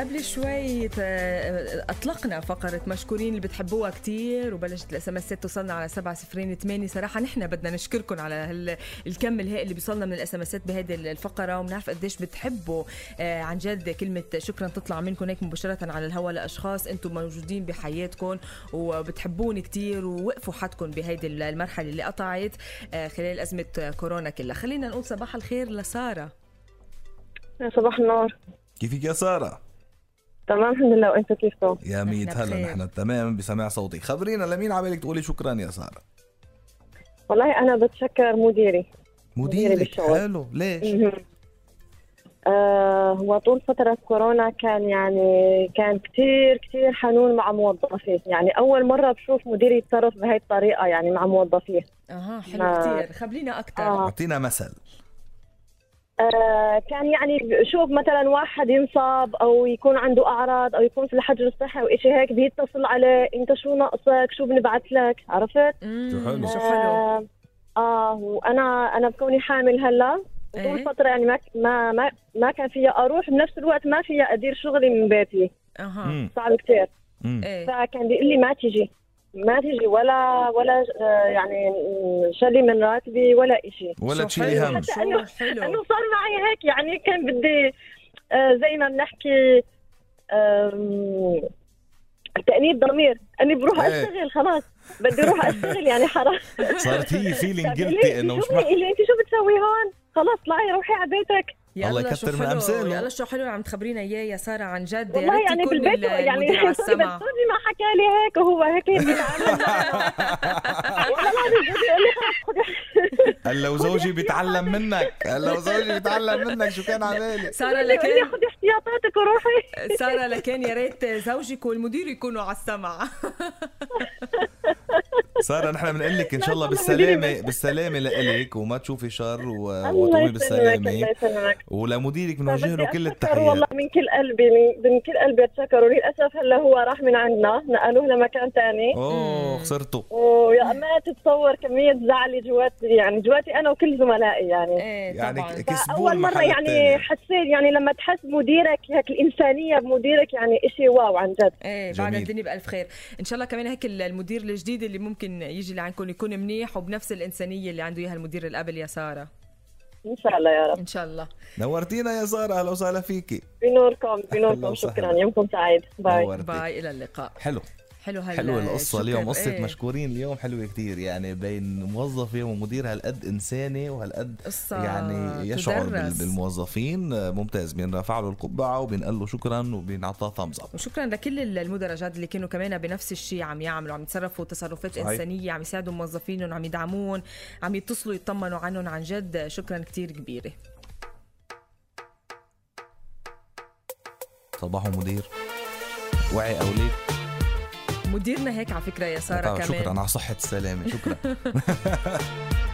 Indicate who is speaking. Speaker 1: قبل شوي ت- اطلقنا فقره مشكورين اللي بتحبوها كتير وبلشت الاس ام اسات توصلنا على 7 صفرين 8 صراحه نحن بدنا نشكركم على هال- الكم الهائل اللي بيصلنا من الاس ام اسات بهذه الفقره وبنعرف قديش بتحبوا آه، عن جد كلمه شكرا تطلع منكم هيك مباشره على الهواء لاشخاص انتم موجودين بحياتكم وبتحبون كتير ووقفوا حدكم بهيدي المرحله اللي قطعت آه، خلال ازمه كورونا كلها خلينا نقول صباح الخير لساره
Speaker 2: صباح النور
Speaker 3: كيفك يا سارة؟
Speaker 2: تمام الحمد لله وانت كيفكم
Speaker 3: يا ميت
Speaker 1: نحن
Speaker 3: هلا
Speaker 1: بخير.
Speaker 3: نحن تمام بسماع صوتي خبرينا لمين عبالك تقولي شكرا يا سارة؟
Speaker 2: والله انا بتشكر مديري مديري
Speaker 3: مديرك
Speaker 2: بالشغل.
Speaker 3: حلو ليش؟
Speaker 2: مهم. آه هو طول فترة كورونا كان يعني كان كتير كتير حنون مع موظفيه يعني أول مرة بشوف مديري يتصرف بهاي الطريقة يعني مع موظفيه
Speaker 1: اها حلو
Speaker 2: ما-
Speaker 1: كتير خبرينا اكثر
Speaker 2: آه.
Speaker 3: اعطينا مثل
Speaker 2: آه كان يعني شوف مثلا واحد ينصاب أو يكون عنده أعراض أو يكون في الحجر الصحي أو إشي هيك بيتصل عليه أنت شو ناقصك شو بنبعث لك عرفت؟
Speaker 1: شو
Speaker 3: شو حلو.
Speaker 1: شو حلو
Speaker 2: آه, اه وانا انا بكوني حامل هلا
Speaker 1: إيه.
Speaker 2: طول فترة يعني ما ما ما, ما كان فيها اروح بنفس الوقت ما فيها ادير شغلي من بيتي
Speaker 1: اها
Speaker 3: مم.
Speaker 2: صعب كثير
Speaker 3: مم.
Speaker 1: ايه
Speaker 2: فكان بيقول لي ما تيجي ما تيجي ولا ولا آه، يعني م- شلي من راتبي ولا إشي
Speaker 3: ولا
Speaker 1: شو
Speaker 3: تشيلي
Speaker 1: حلو.
Speaker 3: هم
Speaker 2: حتى
Speaker 1: شو حلو
Speaker 2: انه صار معي هيك يعني كان بدي آه، زي ما بنحكي آم، تأنيب ضمير اني بروح
Speaker 3: إيه.
Speaker 2: اشتغل خلاص بدي اروح اشتغل يعني حرام
Speaker 3: صارت هي فيلينج
Speaker 2: طب
Speaker 3: جلتي
Speaker 2: إلي
Speaker 3: انه مش
Speaker 2: شو
Speaker 3: مح...
Speaker 2: اللي انت شو بتسوي هون؟ خلاص طلعي روحي على بيتك
Speaker 3: الله
Speaker 1: يلا شو
Speaker 3: يكتر من
Speaker 1: حلو.
Speaker 3: أمثاله.
Speaker 1: يلا شو حلو اللي عم تخبرينا اياه يا ساره عن جد يا
Speaker 2: والله
Speaker 1: ريت
Speaker 2: يعني
Speaker 1: يكون
Speaker 2: بالبيت
Speaker 1: ال-
Speaker 2: يعني
Speaker 1: المدير على
Speaker 2: سوري بس
Speaker 1: السمع
Speaker 2: زوجي ما حكى لي هيك وهو هيك بيتعامل معه. والله العظيم زوجي قال لي خلص خدي
Speaker 3: قال لو زوجي بيتعلم منك قال لو زوجي بيتعلم منك شو كان عبالك
Speaker 1: ساره
Speaker 2: قال لي
Speaker 1: لكان
Speaker 2: خدي احتياطاتك وروحي
Speaker 1: ساره لكان يا ريت زوجك والمدير يكونوا على السمع
Speaker 3: سارة نحن بنقول لك ان شاء الله
Speaker 2: لا، والله مديري
Speaker 3: بالسلامة بالسلامة لإلك وما تشوفي شر و-
Speaker 2: الله
Speaker 3: وتقومي
Speaker 2: يسلمك
Speaker 3: بالسلامة
Speaker 2: الله يسلمك
Speaker 3: ولمديرك بنوجه له
Speaker 2: فبدي
Speaker 3: كل
Speaker 2: أتشكر
Speaker 3: التحيات
Speaker 2: والله من كل قلبي من, من كل قلبي اتشكره للاسف هلا هو راح من عندنا نقلوه لمكان ثاني
Speaker 3: اوه
Speaker 1: مم.
Speaker 3: خسرته
Speaker 2: ويا ما تتصور كمية زعلي جواتي يعني جواتي أنا وكل زملائي يعني
Speaker 1: ايه
Speaker 3: يعني
Speaker 1: طبعا
Speaker 3: كسبوه
Speaker 2: أول مرة
Speaker 3: المحل
Speaker 2: يعني
Speaker 3: التاني.
Speaker 2: حسيت يعني لما تحس مديرك هيك الإنسانية بمديرك يعني إشي واو عن جد
Speaker 1: ايه بعد
Speaker 3: جميل.
Speaker 1: الدنيا بالف خير ان شاء الله كمان هيك ال- المدير الجديد اللي ممكن يجي لعندكم يكون منيح وبنفس الانسانيه اللي عنده اياها المدير اللي قبل يا ساره
Speaker 2: إن شاء الله يا رب
Speaker 1: ان شاء الله
Speaker 3: نورتينا يا سارة اهلا وسهلا فيكي
Speaker 2: بنوركم
Speaker 3: أهلا
Speaker 2: بنوركم
Speaker 3: وسهلا.
Speaker 2: شكرا يومكم سعيد باي
Speaker 3: نورتي
Speaker 1: باي الى اللقاء
Speaker 3: حلو
Speaker 1: حلو هلا
Speaker 3: حلوة القصة اليوم
Speaker 1: شكراً.
Speaker 3: قصة
Speaker 1: إيه.
Speaker 3: مشكورين اليوم حلوة كتير يعني بين موظفة ومدير هالقد إنسانة وهالقد
Speaker 1: قصة
Speaker 3: يعني يشعر بال-
Speaker 1: تدرس.
Speaker 3: بالموظفين آه، ممتاز بنرفع له القبعة وبنقول له شكرا وبنعطاه ثامز اب
Speaker 1: وشكرا لكل المدرجات اللي كانوا كمان بنفس الشيء عم يعملوا عم يتصرفوا تصرفات
Speaker 3: صحيح.
Speaker 1: انسانيه عم يساعدوا موظفينهم عم يدعمون عم يتصلوا يطمنوا عنهم عن جد شكرا كتير كبيره
Speaker 3: صباحو مدير وعي أوليك
Speaker 1: مديرنا هيك على فكره يا ساره
Speaker 3: طبعاً
Speaker 1: كمان
Speaker 3: شكرا على صحة السلامة شكرا